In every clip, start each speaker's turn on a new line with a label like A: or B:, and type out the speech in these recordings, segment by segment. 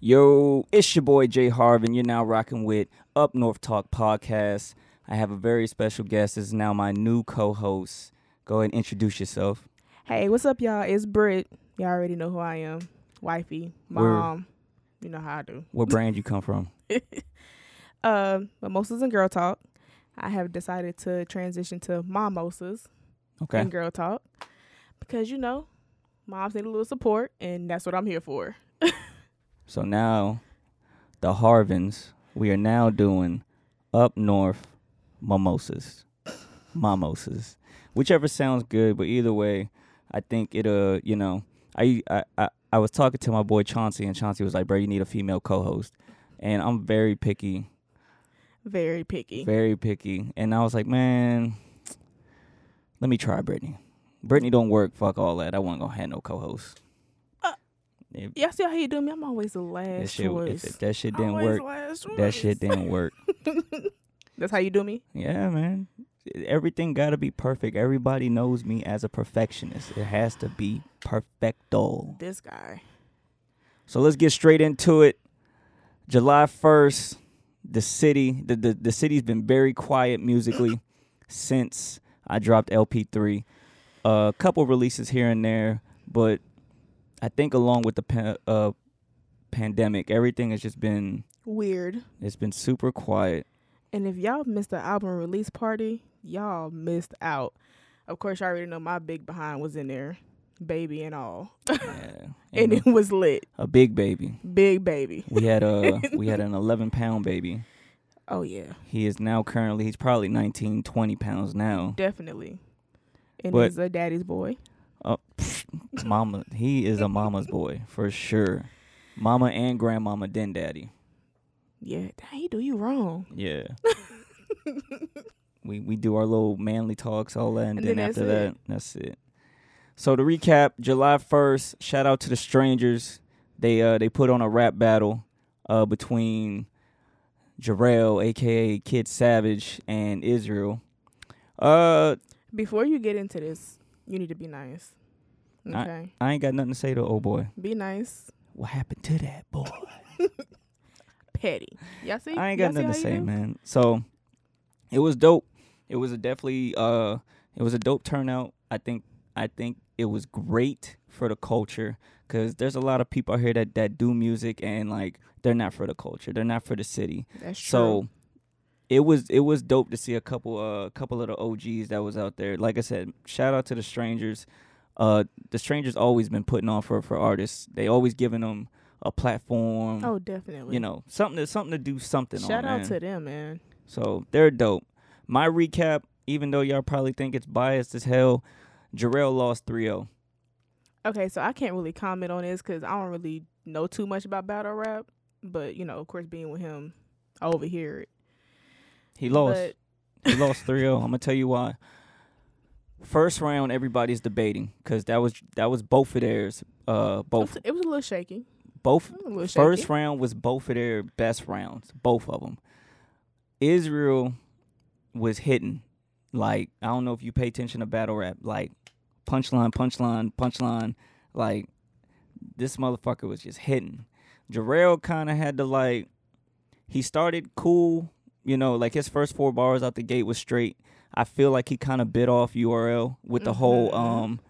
A: Yo, it's your boy Jay Harv, and you're now rocking with Up North Talk Podcast. I have a very special guest. This is now my new co-host. Go ahead and introduce yourself.
B: Hey, what's up, y'all? It's Britt. Y'all already know who I am. Wifey,
A: Word.
B: mom. You know how I do.
A: What brand you come from?
B: Um, mimosas and girl talk. I have decided to transition to momosas
A: Okay.
B: and girl talk because you know, moms need a little support, and that's what I'm here for.
A: So now, the Harvins, we are now doing Up North Mimosas. Mimosas. Whichever sounds good, but either way, I think it, uh, you know, I, I, I, I was talking to my boy Chauncey, and Chauncey was like, bro, you need a female co host. And I'm very picky,
B: Very picky.
A: very picky. And I was like, man, let me try Brittany. Brittany don't work, fuck all that. I wasn't gonna have no co host.
B: Uh, Y'all see how he do me? I'm always the last
A: that, shit,
B: choice.
A: if that shit didn't
B: Always
A: work,
B: last
A: that shit
B: choice.
A: didn't work.
B: That's how you do me.
A: Yeah, man. Everything got to be perfect. Everybody knows me as a perfectionist. It has to be perfecto.
B: This guy.
A: So let's get straight into it. July 1st, the city, the, the, the city's been very quiet musically since I dropped LP3. A couple releases here and there, but I think along with the pa- uh, pandemic, everything has just been
B: Weird.
A: it's been super quiet.
B: And if y'all missed the album release party, y'all missed out. Of course, y'all already know my big behind was in there, baby and all,
A: Yeah.
B: and
A: And
B: it was lit,
A: a big baby.
B: big baby.
A: We had a we had an 11 pound baby.
B: Oh yeah,
A: He is now currently he's probably 19, 20 pounds now.
B: definitely. And
A: But-
B: he's a daddy's boy.
A: Uh, pfft, mama, he is a mama's boy for sure. Mama and grandmama, then daddy.
B: Yeah, dang, he do you wrong.
A: Yeah. we we do our little manly talks, all that, and,
B: And
A: then,
B: then that's
A: after
B: it.
A: that, that's it. So to recap, July first, shout out to the strangers. They uh they put on a rap battle uh between Jarrell, aka Kid Savage, and Israel. Uh
B: Before you get into this, you need to be nice. Okay,
A: I- I ain't got nothing to say to old boy.
B: be nice,
A: What happened to that boy?
B: petty. Y'all see?
A: I ain't
B: Y'all
A: got
B: see
A: nothing to
B: how you
A: say,
B: do?
A: man. So it was dope. It was a definitely uh it was a dope turnout. I think I think it was great for the culture cuz there's a lot of people out here that that do music and like they're not for the culture. They're not for the city.
B: That's true.
A: So it was it was dope to see a couple uh couple of the OGs that was out there. Like I said, shout out to the strangers. Uh the strangers always been putting on for for artists. They always giving them a platform
B: oh, definitely.
A: you know something to something to do something on,
B: shout out
A: man.
B: to them, man.
A: so they're dope my recap even though y'all probably think it's biased as hell Jarrell lost oh. 3-0
B: Okay, so I can't really comment on this because I don't really know too much about battle rap. But you know, of course, being with him, I overhear it.
A: he lost
B: But
A: he lost 3-0 i'm gonna tell you why first round everybody's debating because that was that was both of theirs uh
B: it was,
A: both
B: it was a little shaky.
A: both
B: It was A little shaky.
A: first round was both of their best rounds, both of them. Israel was hitting like I don't know if you pay attention to battle rap, like punchline, punchline, punchline. Like this motherfucker was just hitting. Jarrell kind of had to like he started cool, you know, like his first four bars out the gate was straight. I feel like he kind of bit off URL with the whole
B: Mhm.
A: um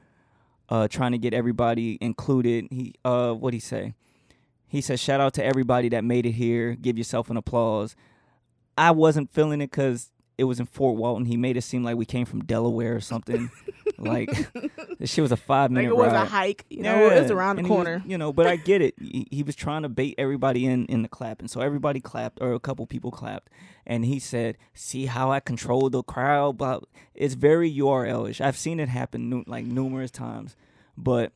A: uh trying to get everybody included. He uh what would he say? He says, "Shout out to everybody that made it here. Give yourself an applause." I wasn't feeling it because it was in Fort Walton. He made it seem like we came from Delaware or something. like this shit was a five
B: like
A: minute
B: it was
A: ride.
B: a hike. You know, it was
A: Yeah,
B: around the
A: and he was-
B: corner.
A: you know, but I get it. He, he was trying to bait everybody in in the clapping, so everybody clapped, or a couple people clapped, and he said, "See how I control the crowd?" But it's very URL-ish. I've seen it happen nu- like numerous times, but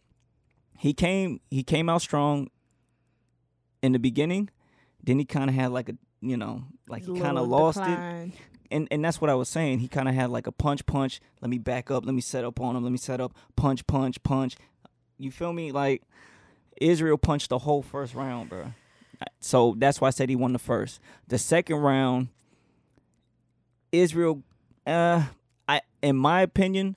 A: he came he came out strong in the beginning. Then he kind of had like a you know like he kind of lost it and and that's what I was saying. He kind of had like a punch, punch. Let me back up. Let me set up on him. Let me set up. Punch, punch, punch. You feel me? Like Israel punched the whole first round, bro. So that's why I said he won the first. The second round, Israel. Uh, I in my opinion,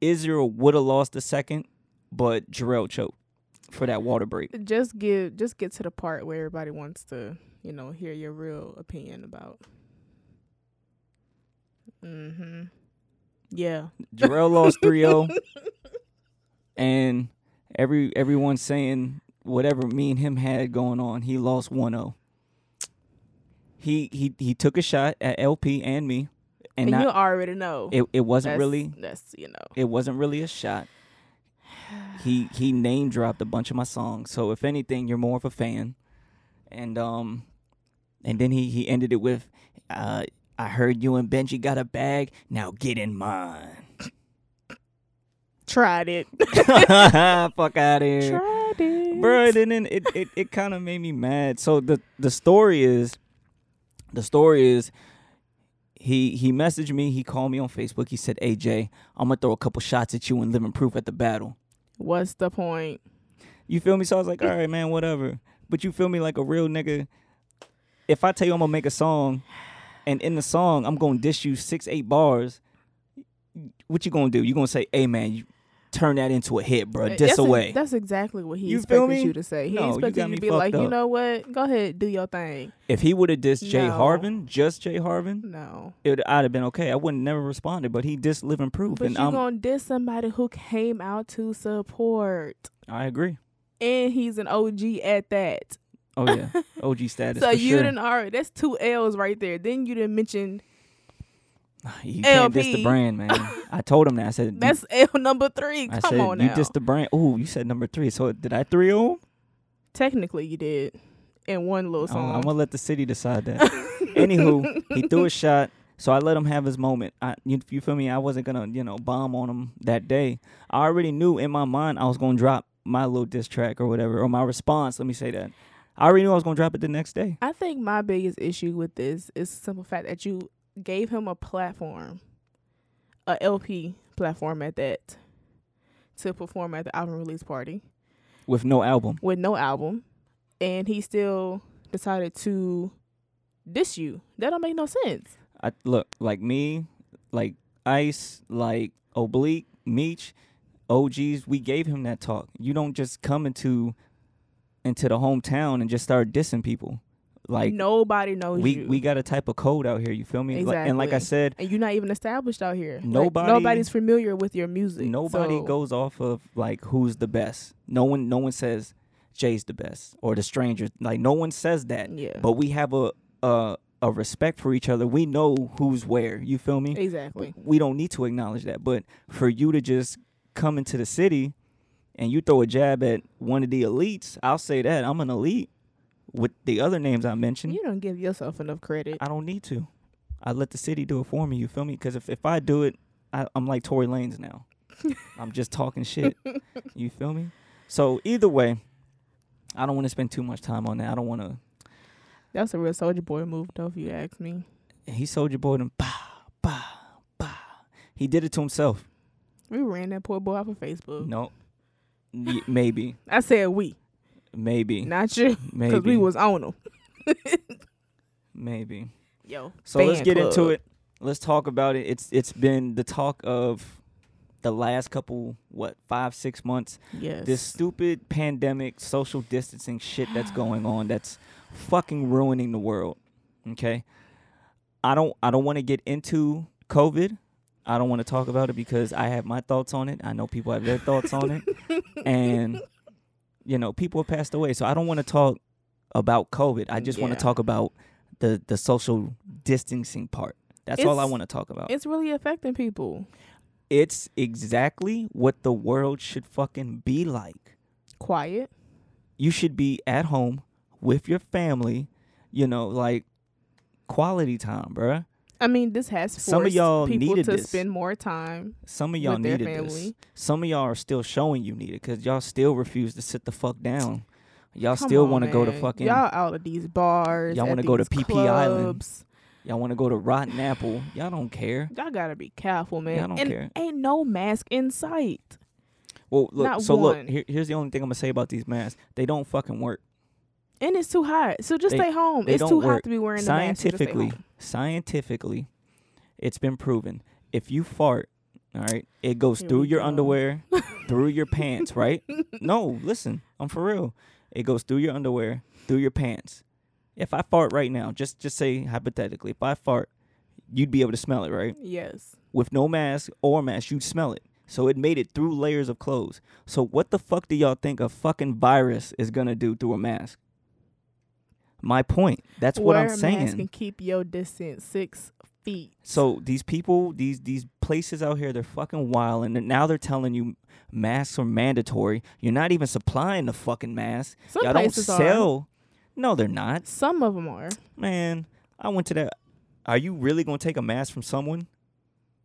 A: Israel would have lost the second, but Jarrell choked for that water break.
B: Just give just get to the part where everybody wants to, you know, hear your real opinion about. Mhm. Yeah.
A: Jarrell lost 3-0 and every everyone's saying whatever me and him had going on, he lost 1-0. He he he took a shot at LP and me
B: And,
A: and
B: you
A: not,
B: already know.
A: it it wasn't
B: That's-
A: really
B: That's you know.
A: it wasn't really a shot. He he name dropped a bunch of my songs. So if anything, you're more of a fan. And um and then he he ended it with uh I heard you and Benji got a bag. Now get in mine.
B: Tried it.
A: Fuck out here.
B: Tried it.
A: Bro, and then it it, it kind of made me mad. So the the story is the story is he he messaged me, he called me on Facebook. He said, "AJ, I'm going to throw a couple shots at you and living proof at the battle."
B: What's the point?
A: You feel me? So I was like, all right, man, whatever. But you feel me like a real nigga. If I tell you I'm gonna make a song, and in the song I'm gonna dish you six, eight bars, what you gonna do? You gonna say, hey man, you turn that into a hit, bro.
B: Uh,
A: This
B: that's e-
A: away.
B: that's exactly what he
A: You feel
B: expected
A: me?
B: you to say. He
A: No, you
B: expected
A: got
B: you,
A: me
B: to be
A: fucked
B: like, you
A: up.
B: know what? Go ahead, do your thing.
A: if he would have dissed Jay
B: No.
A: Harvin, just Jay Harvin,
B: No,
A: it I'd have been okay. I wouldn't never responded, but he dissed Living Proof,
B: but
A: and
B: you
A: I'm
B: gonna diss somebody who came out to support,
A: I agree.
B: and he's an OG at that.
A: Oh yeah, OG status.
B: so
A: for
B: you
A: sure.
B: didn't already. That's two L's right there. Then you didn't mention
A: you can't diss the
B: LP.
A: brand, man. I told him that. I said "You
B: that's L number three.
A: I
B: Come
A: said
B: on
A: you
B: now.
A: dissed the brand. Oh, you said number three. So did I three oh?
B: Technically, you did in one little
A: I'm,
B: song.
A: I'm gonna let the city decide that. Anywho, he threw a shot, so I let him have his moment. I, you, you feel me? I wasn't gonna, you know, bomb on him that day. I already knew in my mind I was gonna drop my little diss track or whatever, or my response. Let me say that. I already knew I was gonna drop it the next day.
B: I think my biggest issue with this is the simple fact that you gave him a platform, a LP platform at that, to perform at the album release party
A: with no album.
B: with no album, and he still decided to diss you. That don't make no sense.
A: I look like me, like Ice, like Oblique, Meech, OGs. We gave him that talk. You don't just come into into the hometown and just start dissing people. Like
B: nobody knows
A: we
B: you,
A: we got a type of code out here. You feel me? Like, and like I
B: Exactly.
A: said,
B: and you're not even established out here. Like,
A: Nobody-
B: nobody's familiar with your music.
A: nobody
B: so-
A: goes off of like who's the best. No one no one says Jay's the best or the stranger. Like no one says that.
B: Yeah,
A: But we have a a, a respect for each other. We know who's where. You feel me?
B: exactly.
A: we don't need to acknowledge that. But for you to just come into the city and you throw a jab at one of the elites, I'll say that I'm an elite with the other names I mentioned.
B: You don't give yourself enough credit.
A: I don't need to. I let the city do it for me. You feel me? Because if, if I do it, I, I'm like Tory Lanez now. I'm just talking shit. You feel me? So either way, I don't want to spend too much time on that. I don't want to.
B: That's a real soldier boy move, though. If you ask me.
A: He Soldier Boy and bah bah bah. He did it to himself.
B: We ran that poor boy off of Facebook.
A: No, Y- maybe,
B: I said we,
A: maybe.
B: not you,
A: Maybe.
B: because we was on them.
A: maybe.
B: Yo.
A: So let's get into it. Let's talk about it. It's it's been the talk of the last couple what five six months.
B: Yes.
A: This stupid pandemic, social distancing shit that's going on. That's fucking ruining the world. Okay. I don't I don't want to get into COVID. I don't want to talk about it because I have my thoughts on it. I know people have their thoughts on it. and you know people have passed away so i don't want to talk about covid i just want
B: Yeah.
A: to talk about the the social distancing part that's all i
B: It's-
A: want to talk about
B: It's really affecting people.
A: it's exactly what the world should fucking be like
B: Quiet.
A: you should be at home with your family you know like quality time bruh
B: I mean, this has forced
A: Some of y'all
B: people
A: needed
B: to
A: this.
B: spend more time.
A: some of y'all
B: With their
A: needed this
B: family.
A: some of y'all are still showing you need it because y'all still refuse to sit the fuck down y'all
B: Come
A: still
B: on,
A: want to go to
B: man.
A: fucking
B: y'all out of these bars.
A: Y'all
B: want
A: wanna
B: to
A: go to PP Island.
B: clubs.
A: y'all want to go to rotten apple y'all don't care
B: Y'all gotta be careful, man.
A: Y'all don't
B: and
A: care.
B: ain't no mask in sight.
A: Well, look.
B: Not
A: so
B: one.
A: look. Here, here's the only thing I'm gonna say about these masks. They don't fucking work.
B: And it's too hot, so just
A: They-
B: stay home.
A: they
B: It's
A: don't
B: too hot
A: work.
B: to be wearing the mask. so just stay
A: Scientifically,
B: home.
A: scientifically, it's been proven. If you fart, all right, it goes
B: Here
A: through
B: we
A: your
B: go.
A: underwear, through your pants, right? No, listen. I'm I'm for real. It goes through your underwear, through your pants. If I fart right now, just just say hypothetically, if I fart, you'd be able to smell it, right?
B: Yes.
A: With no mask or mask, you'd smell it. So it made it through layers of clothes. So what the fuck do y'all think a fucking virus is gonna do through a mask? My point. That's what
B: Wear
A: I'm
B: a
A: saying.
B: Mask and keep your distance six feet.
A: So these people, these these places out here, they're fucking wild, and now they're telling you masks are mandatory. You're not even supplying the fucking masks.
B: Some
A: Y'all don't
B: places are.
A: sell. No, they're not,
B: Some of them are.
A: man. I went to that. Are you really gonna take a mask from someone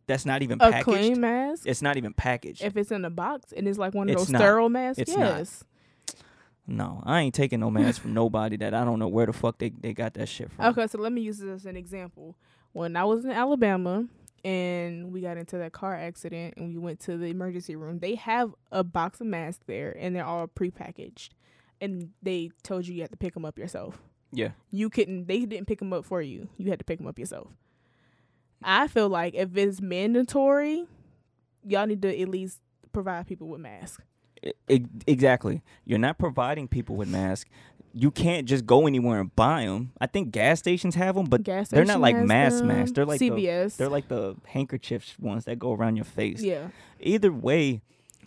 A: that's not even
B: A
A: packaged?
B: clean mask.
A: It's not even packaged.
B: If it's in a box and it's like one of
A: It's
B: those
A: not.
B: sterile masks,
A: It's not.
B: yes.
A: no, I ain't taking no mask from nobody that I don't know where the fuck they, they got that shit from.
B: Okay, so let me use this as an example. When I was in Alabama and we got into that car accident and we went to the emergency room, they have a box of masks there and they're all prepackaged. And they told you you had to pick them up yourself.
A: Yeah.
B: You couldn't, they didn't pick them up for you. You had to pick them up yourself. I feel like if it's mandatory, y'all need to at least provide people with masks.
A: E- e- exactly. You're not providing people with masks. You can't just go anywhere and buy them. I think gas stations have them, but
B: Gas
A: they're not
B: station
A: like
B: has
A: mask
B: them,
A: masks. They're like the-
B: CVS.
A: They're like the handkerchiefs ones that go around your face.
B: yeah.
A: Either way,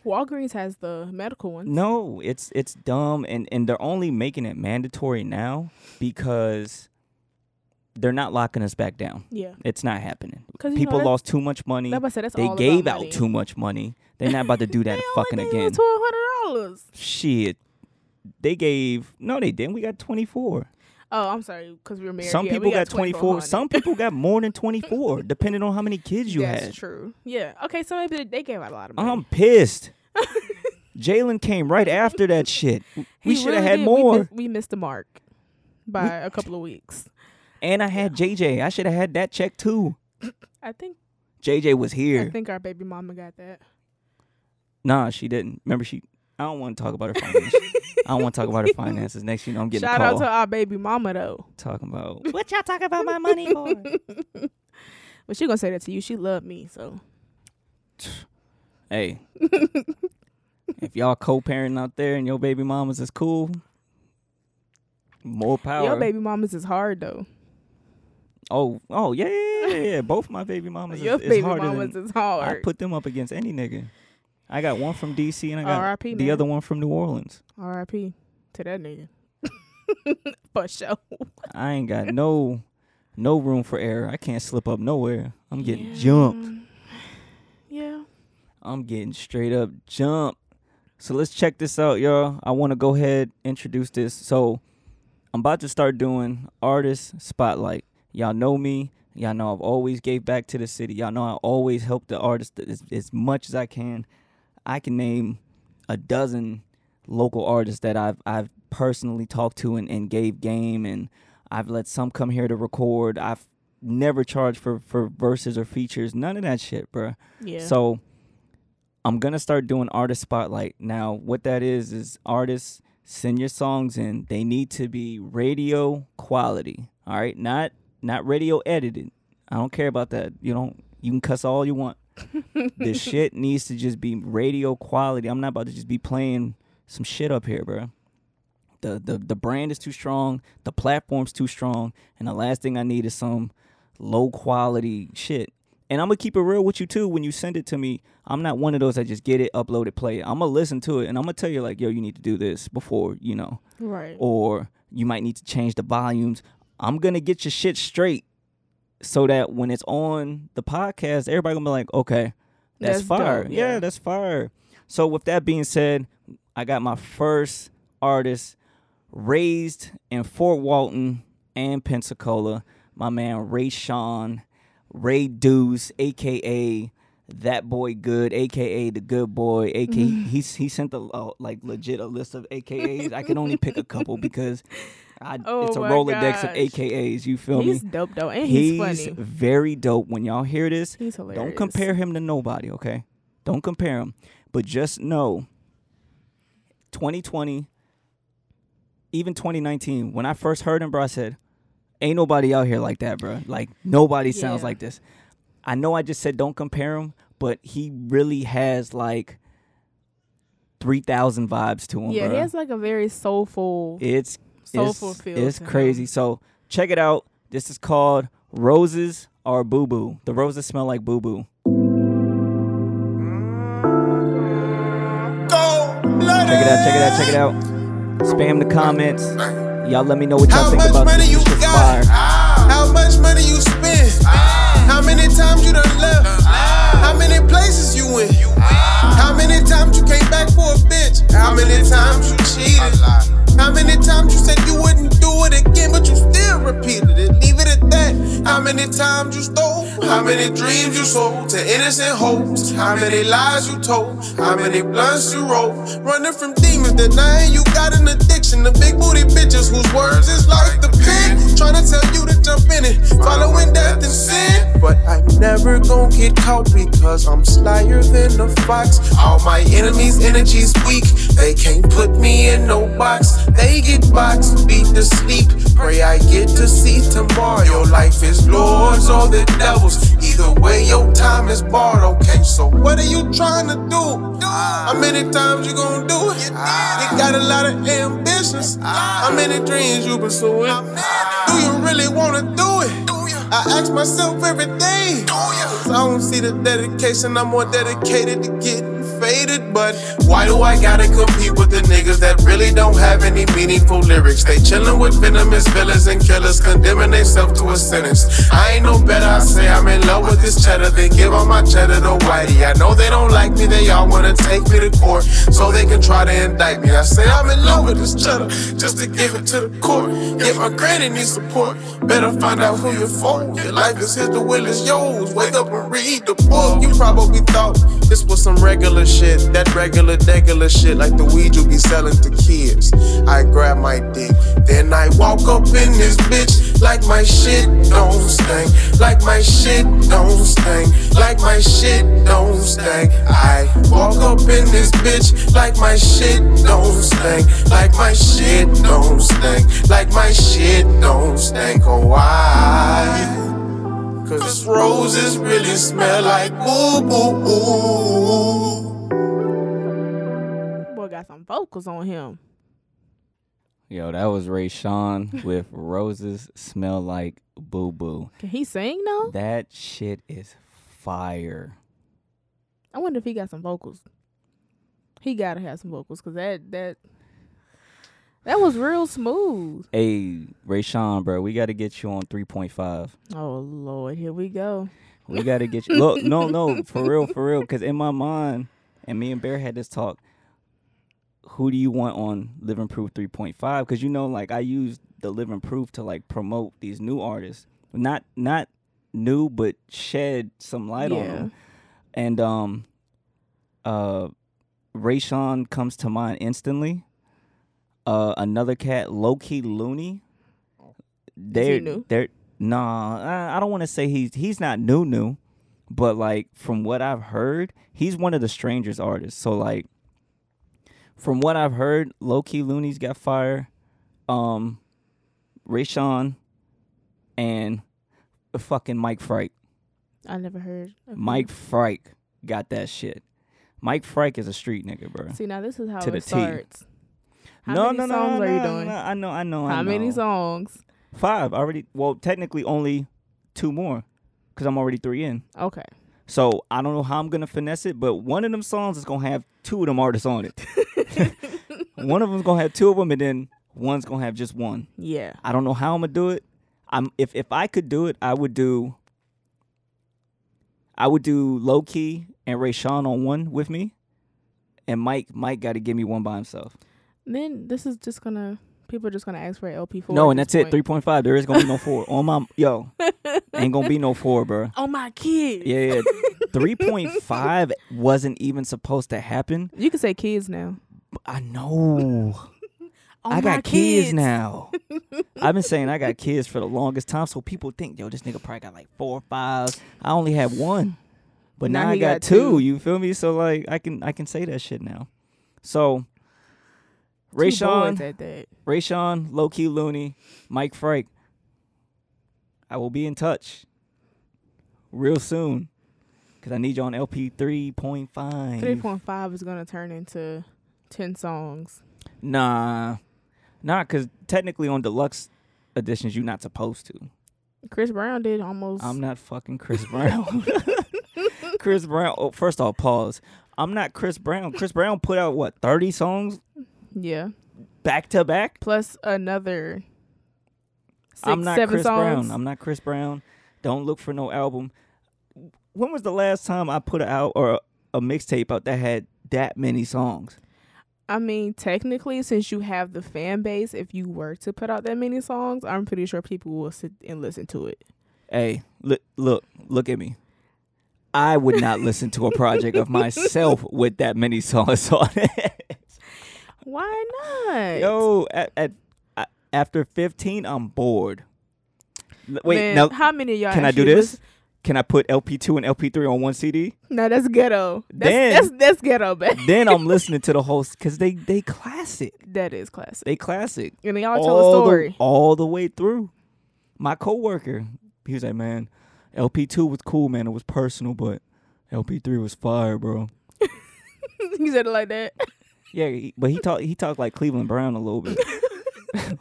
B: Walgreens has the medical one.
A: no, it's it's dumb and and they're only making it mandatory now because they're not locking us back down.
B: Yeah.
A: It's not happening.
B: 'Cause, you know,
A: People
B: that's-
A: lost too much money.
B: That's what I said, that's
A: They
B: all
A: gave
B: about
A: out
B: money.
A: too much money. They're not about to do that fucking again.
B: Twelve hundred dollars.
A: Shit. They gave no, they didn't. We got twenty four.
B: Oh, I'm sorry, because we were married.
A: Some
B: Yeah,
A: people
B: we
A: got, 24.
B: 2400.
A: Some people got more than 24, depending on how many kids you
B: That's
A: had. Um,
B: true. Yeah. Okay, so maybe they gave out a lot of money.
A: I'm pissed. Jalen came right after that shit. We
B: He
A: should have
B: really
A: had
B: did. We,
A: more.
B: miss- we missed the mark by a couple of weeks.
A: and I had JJ. I should have had that check too.
B: I think.
A: JJ was
B: I
A: here.
B: think our baby mama got that.
A: Nah, she didn't. Remember, she. I don't want to talk about her finances. I don't want to talk about her finances. Next, you know, I'm getting
B: Shout
A: a
B: out
A: call
B: to our baby mama though.
A: talking about what y'all talking about my money for.
B: But she gonna say that to you. She loved me, so
A: hey, if y'all co-parenting out there and your baby mamas is cool, more power.
B: your baby mamas is hard though.
A: Oh, oh yeah, yeah, yeah, yeah, yeah. Both my baby mamas
B: your
A: is, is
B: baby
A: harder
B: mamas
A: than
B: is
A: I
B: hard.
A: put them up against any nigga. I got one from DC and I got
B: R.I.P.
A: the
B: man.
A: other one from New Orleans.
B: R.I.P. to that nigga. For sure.
A: I ain't got no no room for error. I can't slip up nowhere. I'm getting
B: Yeah.
A: jumped.
B: Yeah.
A: I'm getting straight up jumped. So let's check this out, y'all. I want to go ahead introduce this. So I'm about to start doing artist spotlight. Y'all know me. Y'all know I've always gave back to the city. Y'all know I always help the artist as, as much as I can. I can name a dozen local artists that I've I've personally talked to and, and gave game and I've let some come here to record. I've never charged for, for verses or features. None of that shit, bruh.
B: Yeah.
A: So I'm gonna start doing artist spotlight. Now, what that is is artists send your songs in. They need to be radio quality. All right, not not radio edited. I don't care about that. You don't. You can cuss all you want. this shit needs to just be radio quality. I'm not about to just be playing some shit up here, bro. The, the the brand is too strong, the platform's too strong, and the last thing I need is some low quality shit. And I'm gonna keep it real with you too. When you send it to me, I'm not one of those that just get it, upload it, play it. I'm gonna listen to it, and I'm gonna tell you like, yo, you need to do this before you know,
B: right.
A: or you might need to change the volumes. I'm gonna get your shit straight, so that when it's on the podcast, everybody gonna be like, okay, that's,
B: That's
A: fire.
B: dope,
A: yeah.
B: yeah.
A: that's fire. So with that being said, I got my first artist raised in Fort Walton and Pensacola. My man Ray Sean, Ray Deuce, aka that boy good, aka the good boy, aka
B: Mm-hmm.
A: he he sent a uh, like legit a list of AKAs. I can only pick a couple because I,
B: Oh
A: it's a
B: my
A: Rolodex of
B: gosh.
A: AKAs. You feel
B: He's
A: me?
B: dope though, and he's,
A: He's
B: funny.
A: very dope. When y'all hear this,
B: He's hilarious.
A: don't compare him to nobody, okay? Don't compare him. But just know 2020, even 2019, when I first heard him, bro, I said, ain't nobody out here like that, bro. Like, nobody sounds
B: Yeah.
A: like this. I know I just said don't compare him, but he really has like three thousand vibes to him.
B: yeah, he
A: bruh.
B: has like a very soulful,
A: it's
B: soulful
A: it's,
B: feel.
A: It's
B: to him.
A: crazy. So check it out. This is called Roses Are Boo Boo. The roses smell like boo boo. Check it out. Check it out. Check it out. Spam the comments. Y'all let me know what y'all
C: How
A: think
C: much
A: about
C: money
A: this.
C: you
A: This shit's fire.
C: got? How much money you spend? How many times you done left? How many places you went? How many times you came back for a bitch? How many times you cheated? How many times you said you wouldn't do it again, but you still repeated it? Leave it at that. How many times you stole? How many dreams you sold to innocent hopes? How many lies you told? How many blunts you rolled? Running from demons, denying you got an addiction. The big booty bitches whose words is like the pen. Trying to tell you to jump in it, following death and sin. But I'm never gonna get caught because I'm slyer than a fox. All my enemies' energy's weak. They can't put me in no box. They get boxed, beat to sleep. Pray I get to see tomorrow. Your life is lords or the devil's. Either way, your time is barred. Okay, so what are you trying to do? How many times you gonna do it? Ah. You got a lot of ambitions. How many dreams you pursuing? Do you really wanna do it? I ask myself every day. Cause I don't see the dedication. I'm more dedicated to getting faded. But why do I gotta compete with the niggas that really don't have any meaningful lyrics? They chillin' with venomous villains and killers, condemning themselves to a sentence. I ain't no better. I say I'm in love with this cheddar. Then give all my cheddar to Whitey. I know they don't like me. They all wanna take me to court so they can try to indict me. I say I'm in love with this cheddar just to give it to the court. If my granny needs support, better find out who you're for. Your life is his, the will is yours. Wake up and read the book. You probably thought this was some regular shit, that regular, regular shit, like the weed you be selling to kids. I grab my dick, then I walk up in this bitch like my shit don't stink, like my shit don't stink, like my shit don't stink. I walk up in this bitch like my shit don't stink, like my shit don't stink, like my shit don't stink. Oh, why? Cause roses really smell like boo boo.
B: Boy got some vocals on him.
A: Yo, that was Ray Sean with Roses Smell Like Boo Boo.
B: Can he sing though?
A: That shit is fire.
B: I wonder if he got some vocals. He gotta have some vocals because that that that was real smooth.
A: Hey, Ray Sean, bro, we got to get you on 3.5.
B: Oh Lord, here we go.
A: We got to get you. Look, no, no, for real, for real. Because in my mind, and me and Bear had this talk, who do you want on Living Proof 3.5? Because, you know, like I use the Living Proof to like promote these new artists. Not, not new, but shed some light on
B: Yeah.
A: them. And, um, uh, Ray Sean comes to mind instantly. Uh, another cat, low key Looney. They're,
B: new?
A: they're nah. I- I don't want to say he's he's not new new, but like from what I've heard, he's one of the strangers artists. So like, from what I've heard, low key Looney's got fire. Um, Ray Sean, and fucking Mike Frike.
B: I never heard of him.
A: Mike Frike got that shit. Mike Frike is a street nigga, bro.
B: See now this is how
A: to the
B: it
A: T.
B: starts. How many songs are you doing?
A: no, I know, I know. I
B: How many
A: know.
B: songs?
A: Five already. Well, technically only two more, because I'm already three in.
B: Okay.
A: So I don't know how I'm gonna finesse it, but one of them songs is gonna have two of them artists on it. one of them's gonna have two of them, and then one's gonna have just one.
B: Yeah.
A: I don't know how I'm gonna do it. I'm if if I could do it, I would do. I would do low key and Ray Sean on one with me, and Mike Mike got to give me one by himself.
B: Then this is just gonna people are just gonna ask for an LP four.
A: no, and that's it. Three point five. There is gonna be no four on my yo. Ain't gonna be no four, bro.
B: Oh my kids.
A: Yeah, yeah. three point five wasn't even supposed to happen.
B: You can say kids now.
A: I know.
B: Oh
A: I
B: my
A: got kids, now. I've been saying I got kids for the longest time, so people think, yo, this nigga probably got like four or five. I only had one, but now,
B: Now
A: I
B: he
A: got,
B: got
A: two,
B: two.
A: You feel me? So like, I can I can say that shit now. So,
B: Two boys
A: Rayshawn,
B: at that.
A: Rayshawn, low key Looney, Mike Frank. I will be in touch real soon because I need you on LP three point five.
B: Three point five is gonna turn into ten songs.
A: Nah, nah, because technically on deluxe editions, you're not supposed to.
B: Chris Brown did almost.
A: I'm not fucking Chris Brown. Chris Brown. Oh, first off, pause. I'm not Chris Brown. Chris Brown put out what 30 songs
B: yeah.
A: back to back.
B: Plus another. Six,
A: I'm not
B: seven
A: Chris
B: songs.
A: Brown. I'm not Chris Brown. Don't look for no album. When was the last time I put out or a, a mixtape out that had that many songs?
B: I mean, technically, since you have the fan base, if you were to put out that many songs, I'm pretty sure people will sit and listen to it.
A: Hey, look, look, look at me. I would not listen to a project of myself with that many songs on it.
B: Why not?
A: Yo, at, at, a- after 15, I'm bored. L- Wait,
B: Man,
A: now
B: how many of y'all?
A: can I do
B: actually
A: this?
B: listen-
A: Can I put LP2 and LP3 on one CD?
B: No, that's ghetto. That's
A: Then-
B: that's, that's ghetto, but
A: Then I'm listening to the whole because they they classic.
B: that is classic.
A: They classic.
B: And they all tell a
A: The,
B: story.
A: all the way through. My coworker, he was like, man, LP2 was cool, man. It was personal, but LP3 was fire, bro.
B: you said it like that.
A: Yeah, he- but he talked he talked like Cleveland Brown a little bit.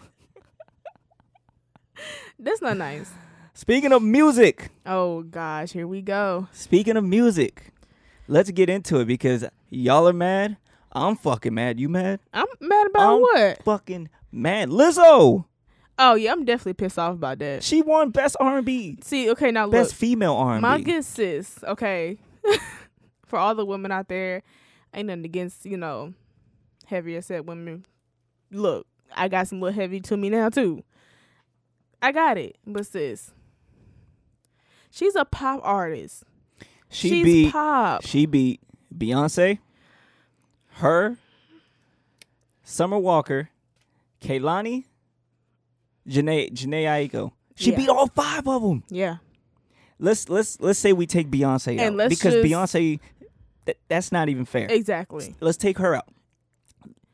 B: That's not nice.
A: Speaking of music,
B: Oh gosh, here we go.
A: Speaking of music, let's get into it because y'all are mad. I'm fucking mad. You mad?
B: I'm mad about
A: I'm
B: what?
A: Fucking mad. Lizzo,
B: Um, Oh yeah, I'm definitely pissed off about that.
A: she won best R&B,
B: See, okay, now look,
A: best female R&B.
B: my good sis. Okay, for all the women out there, ain't nothing against you know heavier set women. Look, I got some little heavy to me now too. I got it, but sis, she's a pop artist.
A: she
B: she's
A: beat
B: pop.
A: she beat Beyonce, her, Summer Walker, Kaylani, Janae Janae Aiko. She
B: Yeah.
A: beat all five of them.
B: Yeah,
A: Let's let's let's say we take Beyonce out
B: And let's
A: because
B: just-
A: Beyonce, th- that's not even fair.
B: exactly.
A: let's take her out.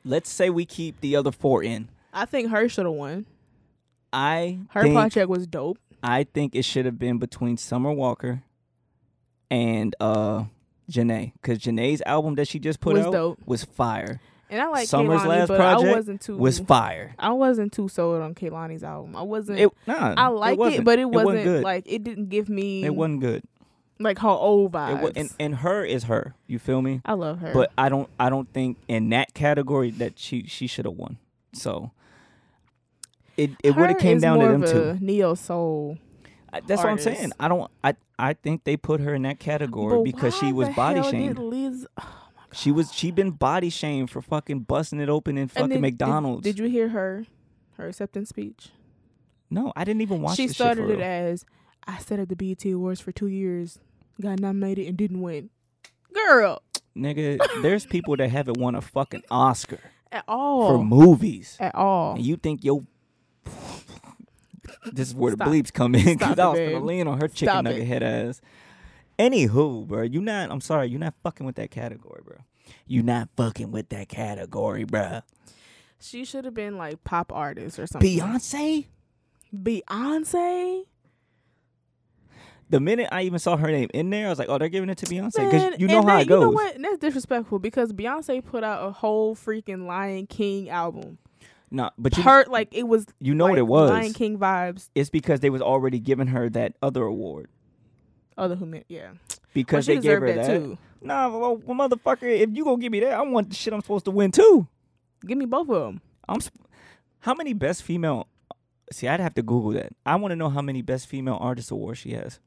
A: Let's say we keep the other four in.
B: I think her should have won.
A: I
B: Her
A: think,
B: project was dope.
A: I think it should have been between Summer Walker and uh Janae because Janae's album that she just put
B: Was
A: out
B: dope.
A: was fire.
B: And I like
A: Summer's
B: Kehlani,
A: last
B: but
A: project
B: I wasn't too
A: was fire.
B: I wasn't too sold on Kehlani's album. I wasn't.
A: It nah,
B: I like it,
A: wasn't.
B: but it wasn't,
A: good.
B: like it didn't give me
A: it wasn't good.
B: like her old
A: It
B: vibes.
A: wa- and and her is her. You feel me?
B: I love her,
A: But I don't I don't think in that category that she she should have won. So it it would have
B: Her
A: came
B: is
A: down to
B: more
A: them
B: of
A: two.
B: a Neo soul.
A: I- That's what I'm
B: artist.
A: saying. I don't. I I think they put her in that category
B: But
A: because
B: why
A: she was
B: the
A: body
B: hell
A: shamed.
B: did Liz,
A: She was. She been body shamed for fucking busting it open in fucking
B: and did- did-
A: McDonald's.
B: Did, you hear her her acceptance speech?
A: No, I didn't even watch.
B: she
A: this
B: started
A: shit for
B: it
A: real.
B: as I sat at the BET Awards for two years, got nominated and didn't win. Girl,
A: Nigga, there's people that haven't won a fucking Oscar
B: at
A: for
B: all,
A: movies,
B: at all.
A: and you think yo. this is where
B: Stop.
A: the bleeps come in because
B: Stop
A: I
B: it,
A: was gonna
B: babe.
A: lean on her chicken
B: Stop
A: nugget
B: it.
A: head ass. Anywho, bro, you not. I'm sorry, you're not fucking with that category, bro. You not fucking with that category, bruh.
B: She should have been like pop artist or something.
A: Beyonce.
B: Beyonce.
A: the minute I even saw her name in there, I was like, oh, they're giving it to Beyonce
B: Man,
A: because you know
B: and
A: how
B: that-
A: it goes.
B: You know what? And That's disrespectful because Beyonce put out a whole freaking Lion King album.
A: Nah, but you
B: Her like it was.
A: you know what
B: like
A: it was.
B: Lion King vibes.
A: It's because they was already giving her that other award
B: Other who meant yeah. Well,
A: because
B: she
A: they gave
B: deserved
A: her
B: that,
A: that.
B: too.
A: Nah, well, well, motherfucker, if you gonna give me that, I want the shit I'm supposed to win too.
B: Give me both of them.
A: I'm. Sp- how many best female? See, I'd have to Google that. I want to know how many best female artist awards she has.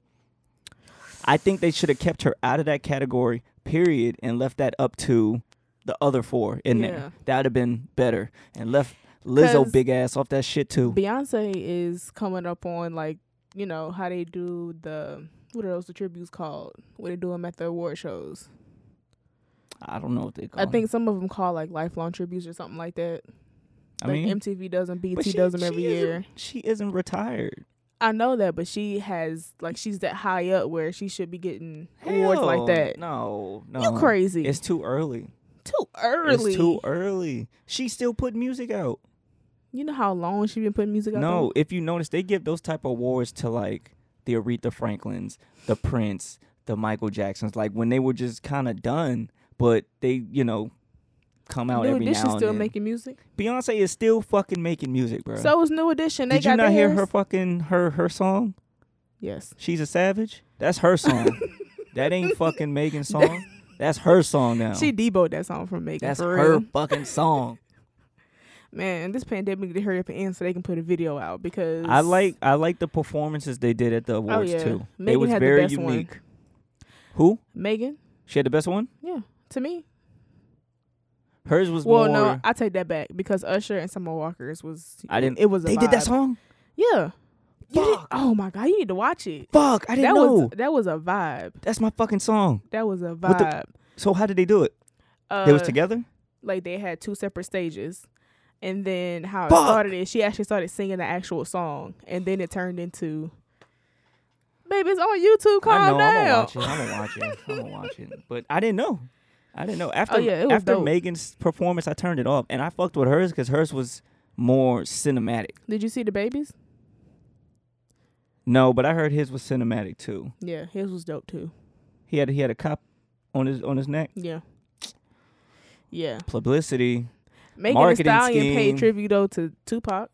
A: I think they should have kept her out of that category, period, and left that up to the other four in
B: Yeah.
A: there. That would have been better, and left Lizzo
B: 'Cause-
A: big ass off that shit too.
B: Beyonce is coming up on like you know how they do the what are those the tributes called? What they do them at the award shows?
A: I don't know what they call.
B: I think some of them call like lifelong tributes or something like that.
A: I
B: like
A: mean,
B: MTV does them, BET
A: but she-
B: does them every
A: she isn't-
B: year.
A: She isn't retired.
B: I know that, but she has like she's that high up where she should be getting awards like
A: Hell,
B: that.
A: No, no,
B: You crazy?
A: It's too early.
B: too early.
A: It's too early. She still put music out.
B: you know how long she been putting music out?
A: No, if you notice, they give those type of awards to like the Aretha Franklins, the Prince, the Michael Jacksons, like when they were just kind of done, but they, you know, come out
B: New
A: every
B: Edition
A: now and
B: still
A: then.
B: making music.
A: Beyonce is still fucking making music, bro.
B: So is New Edition. They
A: Did
B: got
A: you not hear
B: theirs.
A: her fucking her her song?
B: Yes.
A: She's a savage. That's her song. that ain't fucking Megan's song. That's her song now.
B: She deboed that song from Megan.
A: That's
B: for
A: her
B: real.
A: fucking song.
B: Man, this pandemic need to hurry up and end so they can put a video out because
A: I like I like the performances they did at the awards
B: Oh, yeah.
A: too. it
B: Megan
A: was
B: had the
A: very
B: best one.
A: unique. Who?
B: Megan.
A: She had the best one.
B: Yeah, to me.
A: Hers was
B: Well,
A: more.
B: no, I take that back because Usher and Summer Walker's was
A: I didn't-
B: It was a
A: they did that
B: vibe.
A: song.
B: Yeah. You didn't-
A: Fuck.
B: oh my god, you need to watch it.
A: Fuck! I didn't
B: that
A: know.
B: was that was a vibe.
A: That's my fucking song.
B: That was a
A: What the-
B: vibe.
A: So how did they do it?
B: uh,
A: they was together.
B: Like they had two separate stages, and then how it
A: Fuck.
B: started is she actually started singing the actual song, and then it turned into. Baby, it's on YouTube. Calm
A: I know.
B: down.
A: I'm gonna watch it. I'm gonna watch it. I'm gonna watch it. But I didn't know. I didn't know. After
B: Oh, yeah, it was
A: after
B: dope.
A: Megan's performance, I turned it off, and I fucked with hers because hers was more cinematic.
B: Did you see the babies?
A: No, but I heard his was cinematic too.
B: Yeah, his was dope too.
A: He had he had a cop on his on his neck.
B: Yeah. Yeah.
A: Publicity.
B: Megan
A: Marketing
B: Thee Stallion
A: scheme.
B: paid tribute though to Tupac.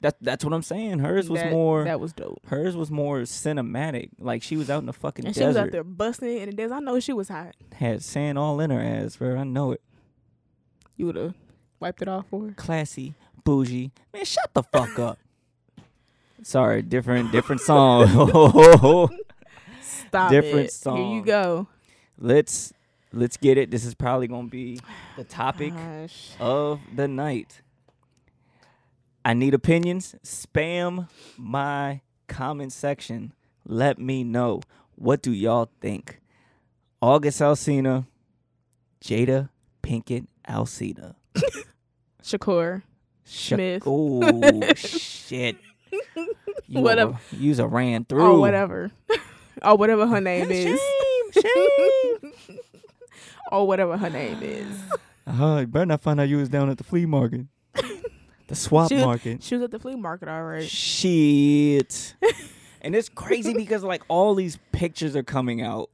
A: That that's what I'm saying. Hers was
B: That-
A: more.
B: That was dope.
A: hers was more cinematic. Like she was out in the fucking
B: And she was
A: desert.
B: out there busting in the desert. I know she was hot.
A: Had sand all in her ass, bro. I know it.
B: You would have wiped it off for her.
A: Classy, bougie. Man, shut the fuck up. Sorry, different different song.
B: Stop
A: Different
B: it. Here
A: song.
B: you go.
A: let's let's get it. This is probably gonna be the topic
B: Uh-huh. Gosh.
A: of the night. I need opinions. Spam my comment section. Let me know. What do y'all think? August Alsina, Jada Pinkett Alsina.
B: Shakur.
A: Sha-
B: Smith.
A: Oh shit. You
B: What Oh,
A: a, use a ran through.
B: Or whatever. or whatever her name
A: Shame,
B: is.
A: shame.
B: or whatever her name is.
A: uh, you better not find out you was down at the flea market, the swap
B: Shoot.
A: market.
B: She was at the flea market already.
A: Shit. and it's crazy because like all these pictures are coming out.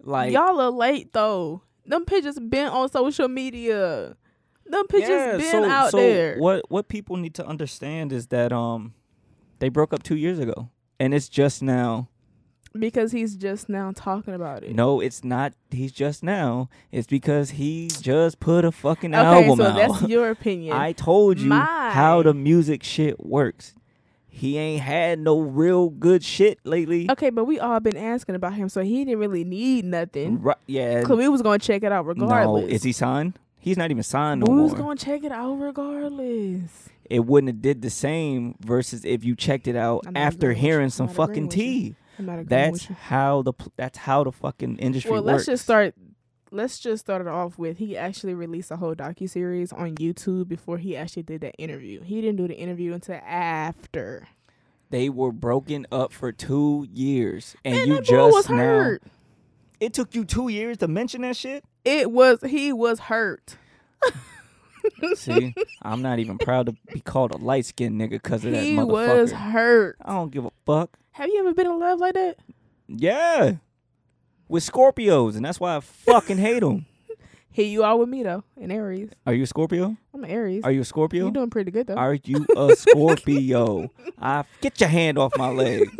A: Like
B: Y'all are late though. Them pictures been on social media. Them pictures
A: yeah,
B: been
A: so,
B: out
A: so
B: there.
A: What what people need to understand is that um they broke up two years ago. And it's just now.
B: Because he's just now talking about it.
A: No, it's not. He's just now. It's because he just put a fucking
B: okay,
A: album
B: so
A: out.
B: that's your opinion.
A: I told you
B: My-
A: how the music shit works. He ain't had no real good shit lately.
B: okay, but we all been asking about him, so he didn't really need nothing.
A: Ri- yeah.
B: Cause we was gonna check it out regardless.
A: No, is he signed? He's not even signed no
B: we was
A: more.
B: gonna check it out regardless.
A: it wouldn't have did the same versus if you checked it out
B: I'm not
A: after
B: agreeing with
A: hearing
B: you.
A: some
B: I'm not agreeing
A: fucking
B: with you.
A: tea.
B: I'm not agreeing
A: That's
B: with you.
A: how the pl- that's how the fucking industry
B: Well,
A: works.
B: let's just start. Let's just start it off with he actually released a whole docu series on YouTube before he actually did that interview. He didn't do the interview until after,
A: They were broken up for two years, and
B: Man,
A: you
B: that boy
A: just
B: was
A: now.
B: hurt.
A: It took you two years to mention that shit.
B: It was he was hurt.
A: See, I'm not even proud to be called a light skinned nigga because of that
B: He
A: motherfucker. Oh.
B: was hurt.
A: I don't give a fuck.
B: Have you ever been in love like that?
A: Yeah. With Scorpios, and that's why I fucking hate them.
B: Here you are with me though, in Aries.
A: Are you a Scorpio?
B: I'm an Aries.
A: Are you a Scorpio?
B: You're doing pretty good though.
A: Are you a Scorpio? I get your hand off my leg.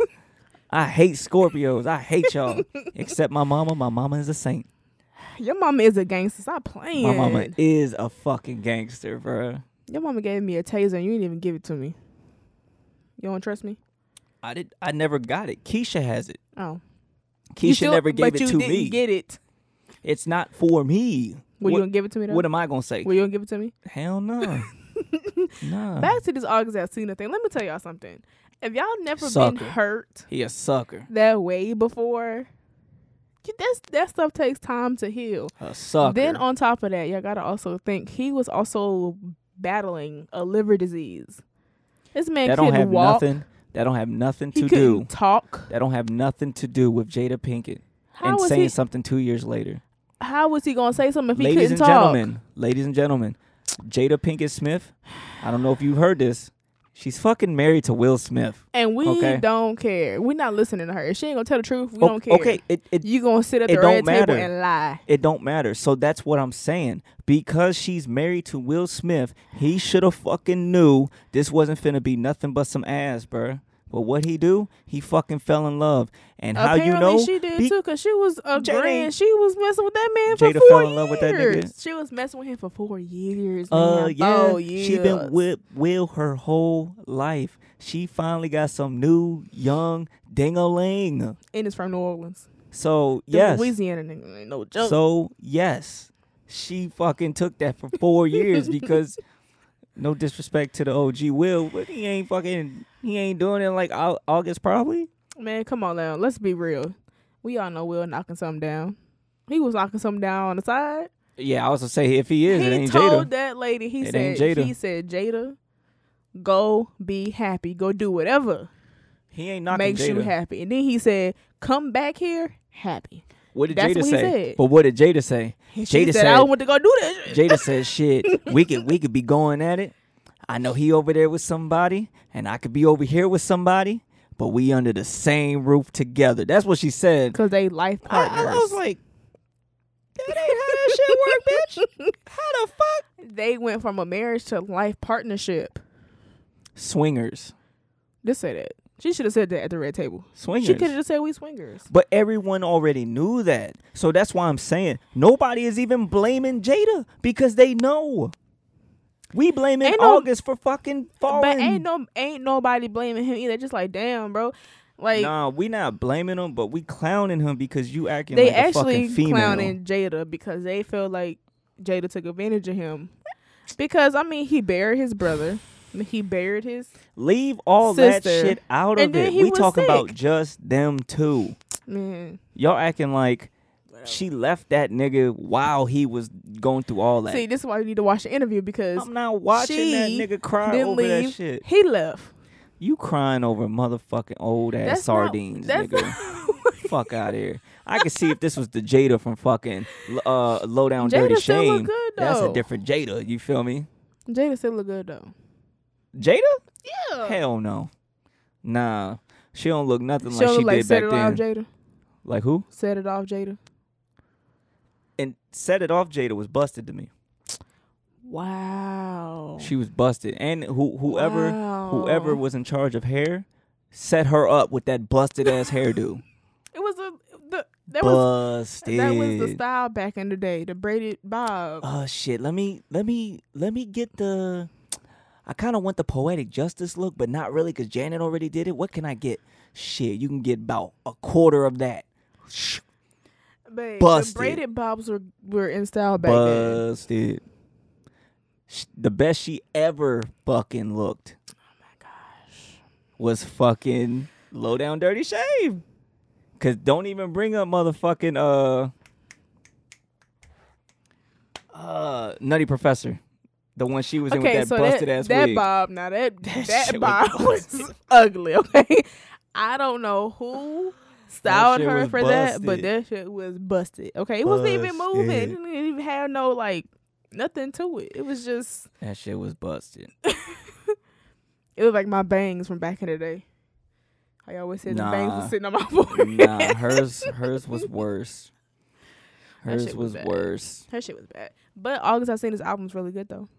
A: I hate Scorpios. I hate y'all. Except my mama. My mama is a saint.
B: Your mama is a gangster. Stop playing.
A: My mama is a fucking gangster, bruh.
B: Your mama gave me a taser and you didn't even give it to me. You don't trust me?
A: I did. I never got it. Keisha has it.
B: Oh. You
A: Keisha
B: still-
A: never gave
B: but
A: it
B: you
A: to
B: didn't
A: me.
B: Get it.
A: it's not for me.
B: Were you
A: What,
B: gonna give it to me though?
A: what am I Uh-huh. gonna say?
B: Were you gonna give it to me?
A: Hell no. nah.
B: Back to this August Alsina thing. Let me tell y'all something. If y'all never
A: Sucker.
B: been hurt
A: He a sucker.
B: that way before, you- that's that stuff takes time to heal.
A: A sucker.
B: Then on top of that, y'all gotta also think he was also battling a liver disease. This man
A: that don't
B: couldn't
A: have
B: walk.
A: nothing. That don't have nothing
B: he
A: to
B: couldn't
A: do.
B: talk.
A: That don't have nothing to do with Jada Pinkett
B: How
A: and
B: was
A: saying
B: he?
A: something two years later.
B: How was he gonna say something if he
A: ladies
B: couldn't
A: and
B: talk?
A: gentlemen, ladies and gentlemen, Jada Pinkett Smith. I don't know if you heard this. She's fucking married to Will Smith.
B: And we
A: Okay.
B: don't care. We're not listening to her. If she ain't gonna tell the truth, we
A: O-
B: don't care.
A: Okay, it, it
B: You gonna sit at
A: It
B: the
A: don't
B: red table
A: matter.
B: and lie.
A: it don't matter. So that's what I'm saying. Because she's married to Will Smith, he should have fucking knew this wasn't finna be nothing but some ass, bruh. But what he do? He fucking fell in love. And
B: Apparently
A: how you know?
B: she did
A: Be-
B: too, cause she was
A: Jada
B: agreeing.
A: ain't-
B: She was messing with that man for
A: Jada
B: four
A: fell
B: years.
A: in love with that nigga.
B: She was messing with him for four years.
A: Uh,
B: man.
A: yeah.
B: Four
A: She been
B: years.
A: with Will her whole life. She finally got some new young dingaling.
B: and it's from New Orleans.
A: So
B: The
A: yes,
B: Louisiana nigga ain't no joke.
A: so yes, she fucking took that for four years because. No disrespect to the OG Will, but he ain't fucking he ain't doing it like Au- August probably.
B: Man, come on now. Let's be real. We all know Will knocking something down. He was knocking something down on the side.
A: Yeah, I was gonna say if he is,
B: he
A: it ain't Jada.
B: told that lady. He
A: It
B: said.
A: ain't Jada.
B: He said, Jada, go be happy. Go do whatever
A: He ain't knocking
B: makes
A: Jada.
B: you happy. And then he said, come back here happy.
A: what did
B: That's
A: Jada
B: what he
A: say?
B: said.
A: But what did Jada say?
B: And she
A: Jada
B: said, I
A: said-
B: want to go do that. shit."
A: Jada said, "Shit, we could we could be going at it. I know he over there with somebody, and I could be over here with somebody, but we under the same roof together." That's what she said.
B: Cause they life
A: I,
B: partners.
A: I was like, "That ain't how that shit work, bitch. How the fuck?"
B: they went from a marriage to life partnership.
A: Swingers,
B: Just say that. She should have said that at the red table. She could have
A: swingers.
B: just said we swingers.
A: But everyone already knew that, so that's why I'm saying nobody is even blaming Jada because they know. We blaming
B: Ain't no-
A: August for fucking falling.
B: But ain't no ain't nobody blaming him either. Just like damn, bro. Like
A: nah, we not blaming him, but we clowning him because you acting
B: they
A: like a
B: actually
A: fucking female.
B: clowning Jada because they feel like Jada took advantage of him. Because I mean, he buried his brother. He buried his
A: Leave all that
B: Sister.
A: shit out
B: And
A: of
B: then
A: it.
B: he
A: We
B: was
A: talking about
B: sick.
A: just them two.
B: man.
A: Y'all acting like she left that nigga while he was going through all that.
B: See, this is why you need to watch the interview because
A: I'm not watching that
B: she
A: nigga cry
B: didn't
A: over that
B: leave.
A: shit.
B: he left.
A: You crying over motherfucking old ass
B: That's not-
A: sardines,
B: that's
A: nigga. Fuck out here. I could see if this was the Jada from fucking uh, Low Down Dirty
B: Jada still look
A: Shame.
B: good,
A: That's a
B: though.
A: different Jada. You feel me?
B: Jada still look good though.
A: Jada?
B: Yeah.
A: Hell no. Nah. She don't look nothing
B: she
A: like she
B: like,
A: did
B: set
A: back
B: it
A: then.
B: off, Jada.
A: like who?
B: Set it off, Jada.
A: And set it off Jada was busted to me.
B: Wow.
A: She was busted. And who whoever whoever
B: Oh. Wow.
A: was in charge of hair set her up with that busted ass hairdo.
B: It was a the that was
A: busted.
B: that was the style back in the day. The braided bob.
A: Oh shit. Let me let me let me get the I kind of want the poetic justice look, but not really cuz Janet already did it. What can I get? Shit, you can get about a quarter of that.
B: Babe,
A: busted.
B: The braided bobs were, were in style back then.
A: busted. Sh- The best she ever fucking looked. Oh my gosh. Was fucking low down dirty shave. Cause don't even bring up motherfucking uh uh Nutty Professor. The one she was in with
B: Okay,
A: that
B: so
A: busted
B: that,
A: ass
B: that
A: wig.
B: bob now that that,
A: shit was
B: bob was ugly. Okay, I don't know who styled
A: shit
B: her
A: was
B: for that, but
A: busted.
B: that shit was busted. Okay, it wasn't even moving. It
A: Busted.
B: didn't even have no like nothing to it. It was just
A: that shit was busted.
B: it was like my bangs from back in the day. I always said the bangs
A: Nah.
B: was sitting on my forehead.
A: nah, hers hers was worse.
B: That
A: Hers
B: shit
A: was
B: was bad.
A: worse.
B: Her shit was bad. But August I've seen this album's really good though.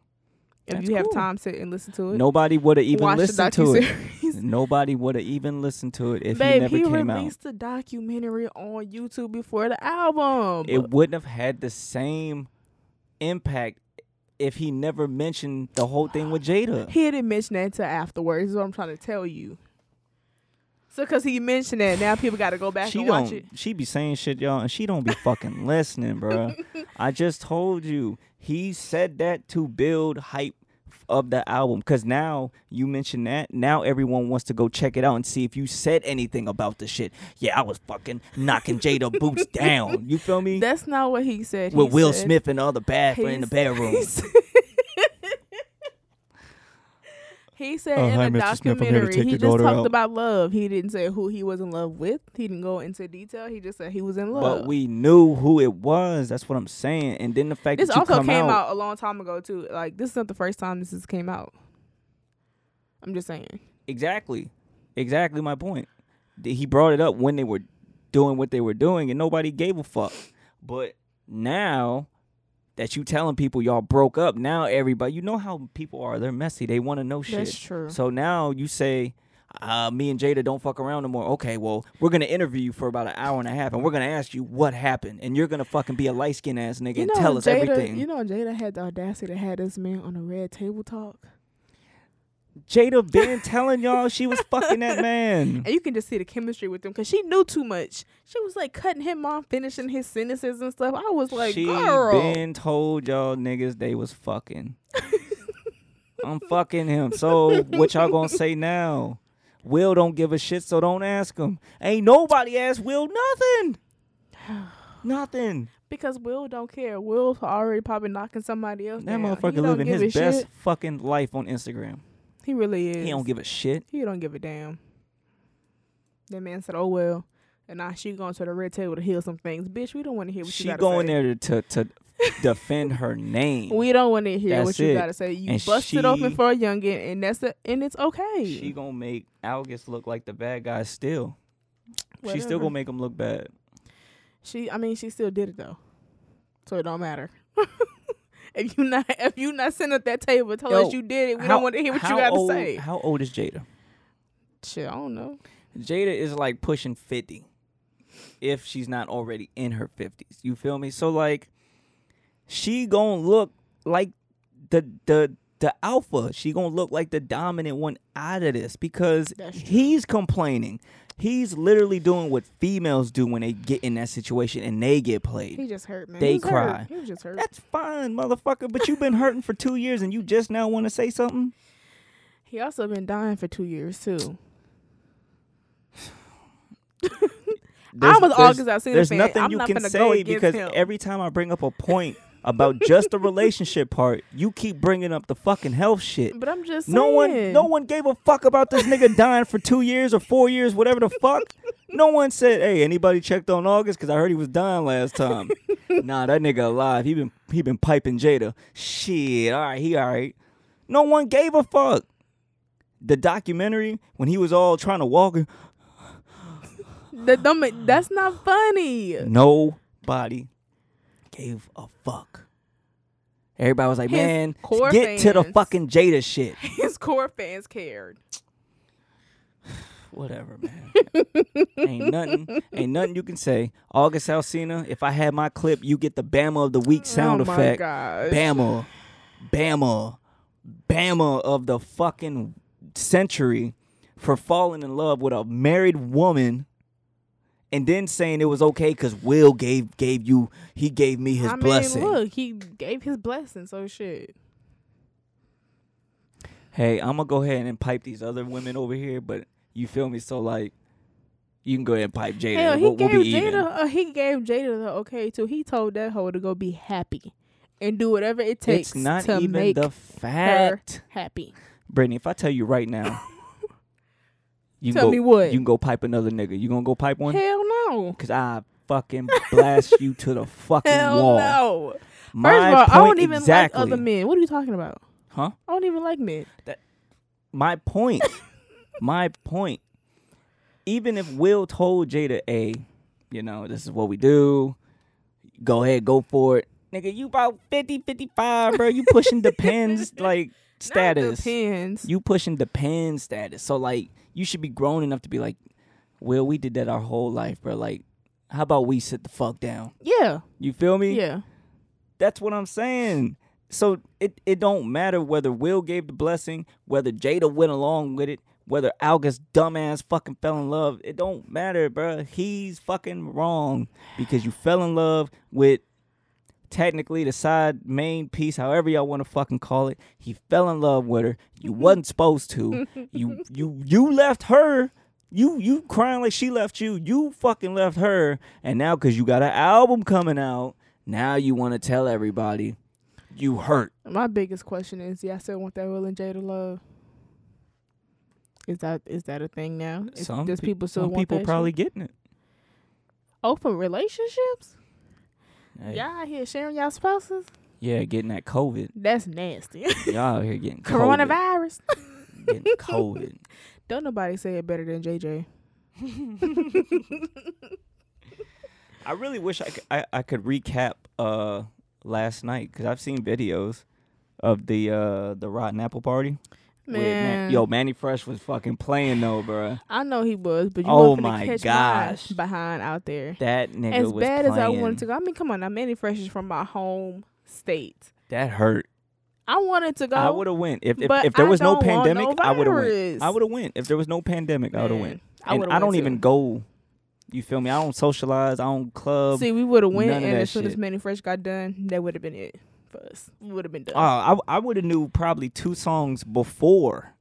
B: If
A: That's
B: you have
A: cool.
B: time, sit and listen to it.
A: Nobody would have even
B: Watch the
A: listened to it.
B: docuseries.
A: Nobody would have even listened to it if he
B: Babe,
A: never
B: he,
A: came out.
B: released a documentary on YouTube before the album.
A: It wouldn't have had the same impact if he never mentioned the whole thing with Jada.
B: he didn't mention that until afterwards. Is what I'm trying to tell you. So, cause he mentioned that, now people got to go back
A: She
B: and watch
A: don't.
B: it.
A: She be saying shit, y'all, and she don't be fucking listening, bruh. I just told you he said that to build hype of the album. Cause now you mention that, now everyone wants to go check it out and see if you said anything about the shit. Yeah, I was fucking knocking Jada boots down. You feel me?
B: That's not what he said.
A: with
B: He
A: Will
B: said-
A: Smith and the other bad in the
B: He's-
A: bedroom.
B: he's- he said
A: Oh,
B: in
A: hi,
B: a
A: Mr. Smith, I'm here to
B: documentary,
A: take
B: he
A: your
B: just
A: daughter
B: talked
A: out.
B: about love. He didn't say who he was in love with. He didn't go into detail. He just said he was in love.
A: But we knew who it was. That's what I'm saying. And then the fact
B: this
A: that you
B: also
A: come
B: came out.
A: out,
B: a long time ago too. Like this is not the first time this has came out. I I'm just saying.
A: Exactly. Exactly my point. Th- He brought it up when they were doing what they were doing and nobody gave a fuck. But now that you telling people y'all broke up, now everybody you know how people are, they're messy. They want to know shit.
B: That's true.
A: So now you say uh, me and Jada don't fuck around no more. Okay, well, we're gonna interview you for about an hour and a half, and we're gonna ask you what happened, and you're gonna fucking be a light skinned ass nigga
B: you
A: and
B: know,
A: tell us
B: Jada,
A: everything.
B: You know, Jada had the audacity to have this man on a red table talk,
A: Jada been telling y'all she was fucking that man.
B: and you can just see the chemistry with him because she knew too much. She was like cutting him off, finishing his sentences and stuff. I was like,
A: she
B: girl,
A: been told y'all niggas they was fucking. I'm fucking him. So what y'all gonna say now? Will don't give a shit, so don't ask him. Ain't nobody asked Will nothing. Nothing.
B: because Will don't care. Will's already probably knocking somebody else.
A: That
B: down. He
A: motherfucker
B: don't
A: living
B: give
A: his
B: a
A: best
B: shit.
A: fucking life on Instagram.
B: He really is.
A: He don't give a shit.
B: He don't give a damn. That man said, "Oh well," and now she going to the red table to heal some things, bitch. We don't want to hear what
A: She
B: you gotta
A: going
B: say.
A: there to to defend her name.
B: We don't want to hear
A: That's
B: what you
A: it.
B: gotta say. You
A: And
B: busted open
A: she-
B: for a youngin, and that's a, and it's okay.
A: she gonna make Algus look like the bad guy still. She
B: Whatever.
A: still gonna make him look bad.
B: She, I mean, she still did it though, so it don't matter. if you not, if you not sitting at that table, tell
A: Yo,
B: us you did it. We
A: How-
B: don't want to hear what you
A: how
B: got to
A: old-
B: say.
A: How old is Jada?
B: Shit, I don't know.
A: Jada is like pushing 50 if she's not already in her 50s. You feel me? So like she going to look like the the the alpha. She going to look like the dominant one out of this because
B: That's true.
A: he's complaining. He's literally doing what females do when they get in that situation and they get played.
B: He just hurt, man.
A: They
B: he was hurt.
A: cry.
B: He was just hurt.
A: That's fine, motherfucker, but you've been hurting for 2 years and you just now want to say something?
B: He also been dying for two years too.
A: There's-
B: was
A: there's-
B: August, I seen the
A: There's
B: fan.
A: nothing
B: I'm
A: you
B: not
A: can
B: finna go
A: say
B: against
A: because
B: him.
A: every time I bring up a point about just the relationship part, you keep bringing up the fucking health shit.
B: But I'm just
A: No one,
B: saying.
A: no one gave a fuck about this nigga dying for two years or four years, whatever the fuck. No one said, "Hey, anybody checked on August?" Because I heard he was dying last time. nah, that nigga alive. He been he been piping Jada. Shit, all right, he all right. No one gave a fuck. The documentary when he was all trying to walk, her,
B: That don't make, that's not funny.
A: Nobody gave a fuck. Everybody was like,
B: His
A: man,
B: core
A: get to the
B: fans.
A: fucking Jada shit.
B: His core fans cared.
A: Whatever, man. ain't nothing, ain't nothing you can say. August Alsina, if I had my clip, you get the Bama of the week sound
B: oh my
A: effect.
B: gosh.
A: Bama, Bama, Bama of the fucking century for falling in love with a married woman and then saying it was okay because Will gave gave you he gave me his
B: I mean,
A: blessing.
B: look, he gave his blessing, so shit.
A: Hey, I'm gonna go ahead and pipe these other women over here, but you feel me? So like, you can go ahead and pipe Jada.
B: Hell, he
A: we'll, we'll
B: gave
A: be
B: Jada.
A: even.
B: Uh, he gave Jada the okay too. He told that hoe to go be happy and do whatever it takes
A: It's not
B: to
A: even
B: make
A: the fact,
B: happy.
A: Brittany. If I tell you right now, you
B: Tell
A: go,
B: me what?
A: you can go pipe another nigga. You gonna go pipe one?
B: Hell no.
A: Cause I fucking blast you to the fucking
B: Hell
A: wall.
B: no.
A: My
B: First of all,
A: point
B: I don't even
A: exactly,
B: like other men. What are you talking about?
A: huh?
B: I don't even like men.
A: My point. my point. Even if Will told Jada, "Hey, you know, this is what we do. Go ahead, go for it." Nigga, you about 50, 55, bro. You pushing depends like status.
B: Depends.
A: You pushing depends status. So like, you should be grown enough to be like, "Will, we did that our whole life, bro. Like, how about we sit the fuck down?"
B: yeah.
A: You feel me?
B: Yeah.
A: That's what I'm saying. So it, it don't matter whether Will gave the blessing, whether Jada went along with it, whether Algus dumbass fucking fell in love. It don't matter, bruh. He's fucking wrong because you fell in love with technically the side main piece, however y'all want to fucking call it. He fell in love with her. You
B: Mm-hmm.
A: wasn't supposed to. You you you left her. You you crying like she left you. You fucking left her, and now because you got an album coming out, now you want to tell everybody you hurt.
B: My biggest question is: Do I still want that Will and Jada love? Is that is that a thing now? Is, does
A: pe-
B: people still
A: some
B: want
A: people
B: that
A: probably
B: shit?
A: getting it.
B: open relationships?
A: Hey,
B: Y'all out here sharing y'all spouses?
A: yeah, getting that COVID.
B: That's nasty.
A: Y'all out here getting COVID.
B: Coronavirus.
A: getting COVID.
B: Don't nobody say it better than JJ.
A: I really wish I could, I, I could recap uh last night because I've seen videos of the uh the rotten apple party. with
B: Man,
A: yo, Manny Fresh was fucking playing though, bruh.
B: I know he was, but you
A: Oh
B: weren't finna
A: my
B: catch
A: gosh.
B: my behind out there.
A: That nigga
B: as
A: was
B: bad as I
A: playing.
B: wanted to go. I mean, come on, I'm any fresh is from my home state.
A: That hurt. I,
B: I wanted to go.
A: would have went if if,
B: but
A: if there
B: I
A: was no
B: don't want
A: pandemic.
B: no
A: I would have went.
B: virus.
A: I would have went if there was no pandemic. I would have
B: Man,
A: went.
B: I
A: and
B: would've
A: I
B: went
A: don't
B: too.
A: even go. You feel me? I don't socialize. I don't club.
B: See, we would have went,
A: none of
B: and
A: that
B: as soon as
A: shit.
B: Manny Fresh got done, that would have been it for us. We would have been done.
A: Oh, I I would have knew probably two songs before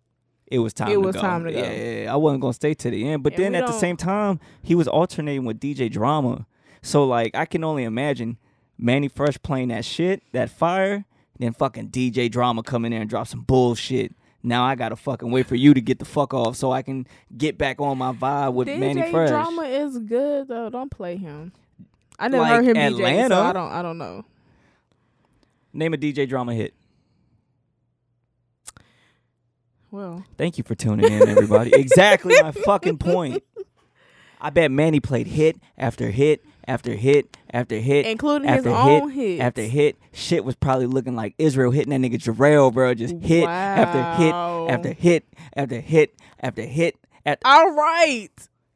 A: it was time.
B: It
A: to
B: was
A: go.
B: time to go.
A: Yeah, yeah, yeah. I wasn't gonna stay to the end. But
B: And
A: then
B: we
A: at the
B: don't-
A: same time, he was alternating with DJ Drama. So like, I can only imagine Manny Fresh playing that shit, that fire, then fucking DJ Drama come in there and drop some bullshit. Now I gotta fucking wait for you to get the fuck off so I can get back on my vibe with
B: DJ
A: Manny Fresh.
B: Drama is good though. Don't play him. I never
A: Like
B: heard him DJ,
A: Atlanta?
B: so I don't. I don't know.
A: Name a DJ Drama hit.
B: Well,
A: Thank you for tuning in, everybody. exactly my fucking point. I bet Manny played hit after hit after hit after hit,
B: Including his
A: after
B: own
A: hit
B: hits.
A: after hit. Shit was probably looking like Israel hitting that nigga Jarrell, bro. Just hit after hit
B: Wow.
A: after hit after hit after hit. At
B: all right,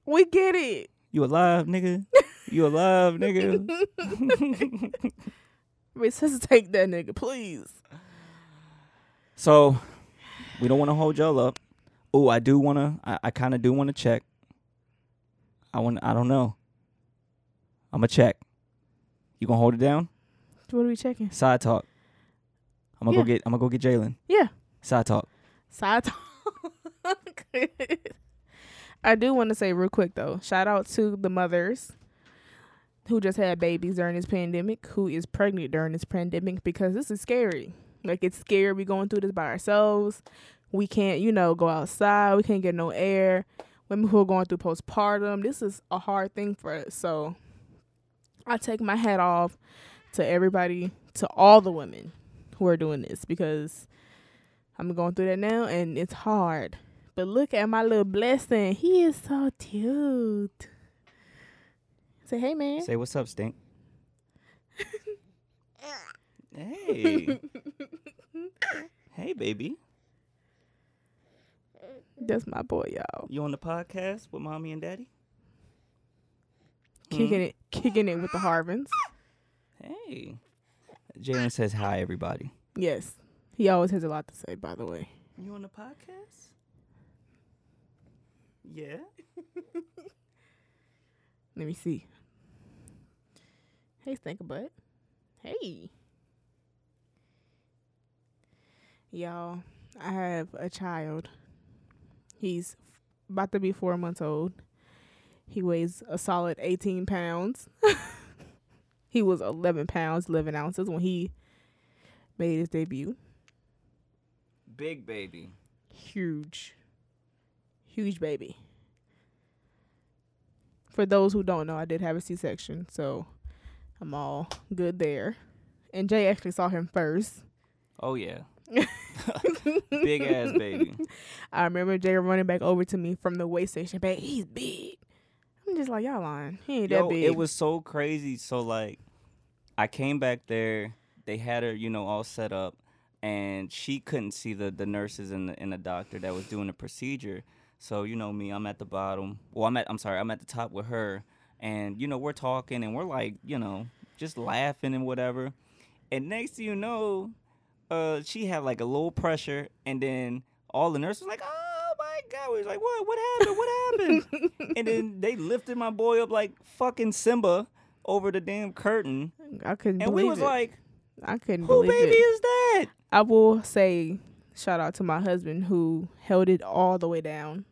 B: we get it.
A: you alive, nigga? You alive, nigga?
B: Resuscitate that nigga, please.
A: So we don't want to hold y'all up. Oh, I do wanna. I, I kind of do want to check. I want. I don't know. I'm gonna check. You gonna hold it down?
B: What are we checking?
A: Side talk. I'm gonna
B: Yeah.
A: go get. I'm gonna go get Jalen.
B: Yeah,
A: Side talk.
B: side talk. I do want to say real quick though, shout out to the mothers who just had babies during this pandemic, who is pregnant during this pandemic because this is scary. Like it's scary. We going through this by ourselves. We can't, you know, go outside. We can't get no air. Women who are going through postpartum. This is a hard thing for us. So I take my hat off to everybody, to all the women who are doing this because I'm going through that now and it's hard. But look at my little blessing. He is so cute. Say hey man.
A: Say what's up, stink. hey. hey, baby.
B: That's my boy, y'all.
A: You on the podcast with mommy and daddy?
B: Kicking it kicking it with the Harvins.
A: Hey. Jalen says hi, everybody.
B: Yes. He always has a lot to say, by the way.
A: You on the podcast? Yeah.
B: Let me see. Hey, Stinker Butt. Hey. Y'all, I have a child. He's f- about to be four months old. He weighs a solid 18 pounds. he was 11 pounds, 11 ounces when he made his debut.
A: Big baby.
B: huge, huge baby. For those who don't know, I did have a C section, so I'm all good there. And Jay actually saw him first.
A: Oh yeah. Big ass baby.
B: I remember Jay running back over to me from the weigh station, babe, he's big. I'm just like, y'all lying. He ain't
A: Yo,
B: that big.
A: It was so crazy. So like, I came back there. They had her, you know, all set up, and she couldn't see the the nurses and the and the doctor that was doing the procedure. So you know me, I'm at the bottom. Well, I'm at I'm sorry, I'm at the top with her, and you know we're talking and we're like, you know, just laughing and whatever. And next thing you know, uh, she had like a little pressure, and then all the nurses was like, "Oh my god!" We was like, "What? What happened? What happened?" and then they lifted my boy up like fucking Simba over the damn curtain,
B: I couldn't
A: and
B: believe
A: we was
B: it.
A: like,
B: I couldn't
A: "Who
B: believe
A: baby
B: it.
A: is that?"
B: I will say shout out to my husband who held it all the way down.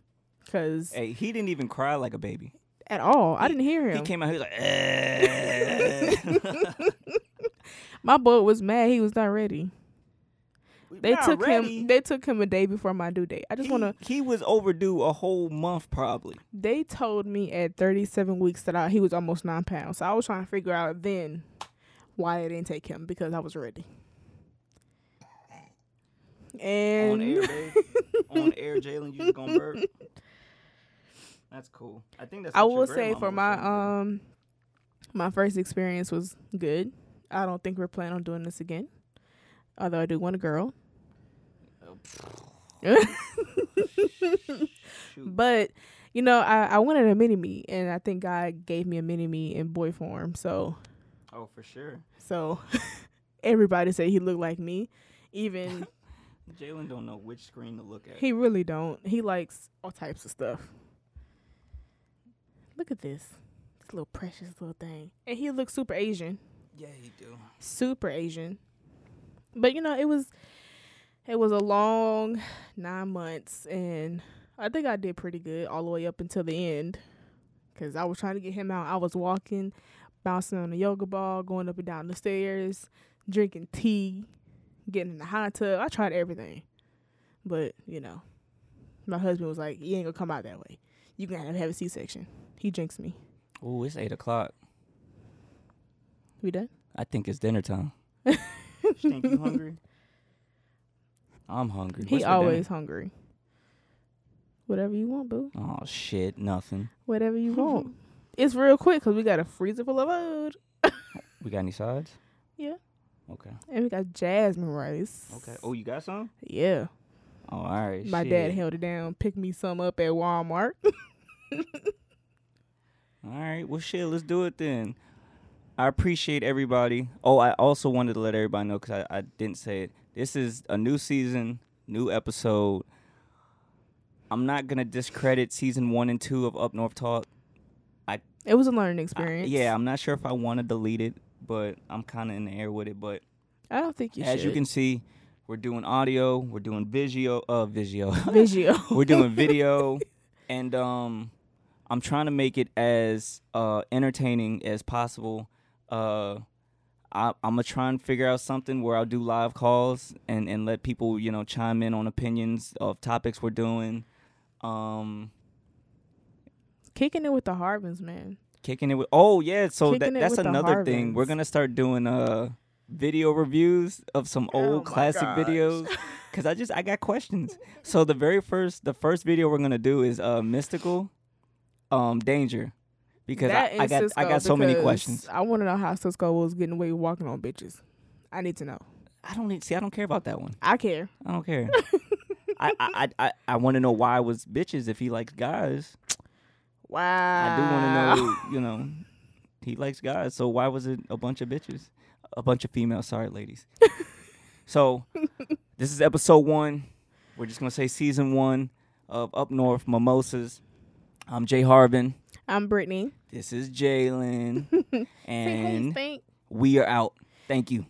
B: Cause
A: Hey, he didn't even cry like a baby.
B: at all, I didn't hear him.
A: He came out, he was like, eh.
B: My boy was mad. He was not ready. They
A: Not
B: took
A: ready.
B: him. They took him a day before my due date. I just
A: He,
B: want to.
A: he was overdue a whole month probably.
B: They told me at 37 weeks that I, he was almost nine pounds. So I was trying to figure out then why they didn't take him because I was ready.
A: on
B: And
A: air, babe. on air, Jalen, you just gonna burp. That's cool. I think that's.
B: I
A: what your
B: will say
A: grandmama
B: for
A: was saying,
B: my
A: though.
B: um my first experience was good. I don't think we're planning on doing this again. Although I do want a girl.
A: Shoot.
B: But you know, I, I wanted a mini me and I think God gave me a mini me in boy form. So
A: Oh, for sure.
B: so everybody said he looked like me. Even
A: Jalen don't know which screen to look at.
B: he really don't. He likes all types of stuff. Look at this. This little precious little thing. And he looks super Asian.
A: yeah, he do.
B: super Asian. But you know, it was it was a long nine months, and I think I did pretty good all the way up until the end, because I was trying to get him out. I was walking, bouncing on the yoga ball, going up and down the stairs, drinking tea, getting in the hot tub. I tried everything, but you know, my husband was like, "You ain't gonna come out that way. You gonna have a C-section." He drinks me.
A: Oh, it's eight o'clock.
B: We done?
A: I think it's dinner time. think you hungry? I'm hungry.
B: He
A: What's for dinner?
B: always hungry. Whatever you want, boo.
A: Oh shit, nothing.
B: whatever you want. it's real quick because we got a freezer full of food.
A: We got any sides?
B: Yeah.
A: Okay.
B: And we got jasmine rice.
A: Okay. Oh, you got some?
B: Yeah.
A: Oh, all right.
B: My
A: shit.
B: dad held it down, picked me some up at Walmart.
A: All right. Well, shit. Let's do it then. I appreciate everybody. Oh, I also wanted to let everybody know because I, I didn't say it. This is a new season, new episode. I'm not gonna discredit season one and two of Up North Talk.
B: it was a learning
A: I-
B: experience.
A: yeah, I'm not sure if I want to delete it, but I'm kind of in the air with it. But
B: I don't think you
A: as
B: should.
A: you can see, we're doing audio, we're doing visual, uh, visual,
B: Visual.
A: we're doing video, and um, I'm trying to make it as uh entertaining as possible. Uh, I, I'm gonna try and figure out something where I'll do live calls and and let people you know chime in on opinions of topics we're doing. Um,
B: Kicking it with the Harvins, man.
A: kicking it with oh yeah, so that,
B: Kicking it
A: that's
B: with the
A: another thing. We're
B: Harvins.
A: gonna start doing uh video reviews of some
B: Oh
A: old
B: my
A: classic
B: gosh.
A: videos. Cause I just I got questions. So the very first the first video we're gonna do is uh mystical, um danger, because
B: That
A: I, I
B: and
A: got I
B: Cisco,
A: got so many
B: because
A: questions.
B: I want to know how Cisco was getting away with walking on bitches. I need to know.
A: I don't need see I don't care about that one.
B: I care.
A: I don't care. I I I, I, I want to know why it was bitches if he likes guys.
B: Wow.
A: I do want to know you know he likes guys. So why was it a bunch of bitches, a bunch of females? Sorry, ladies. so this is episode one. We're just gonna say season one of Up North Mimosas. I'm Jay Harvin.
B: I'm Brittany.
A: This is Jalen.
B: Say, hey,
A: and
B: Stink.
A: we are out. Thank you.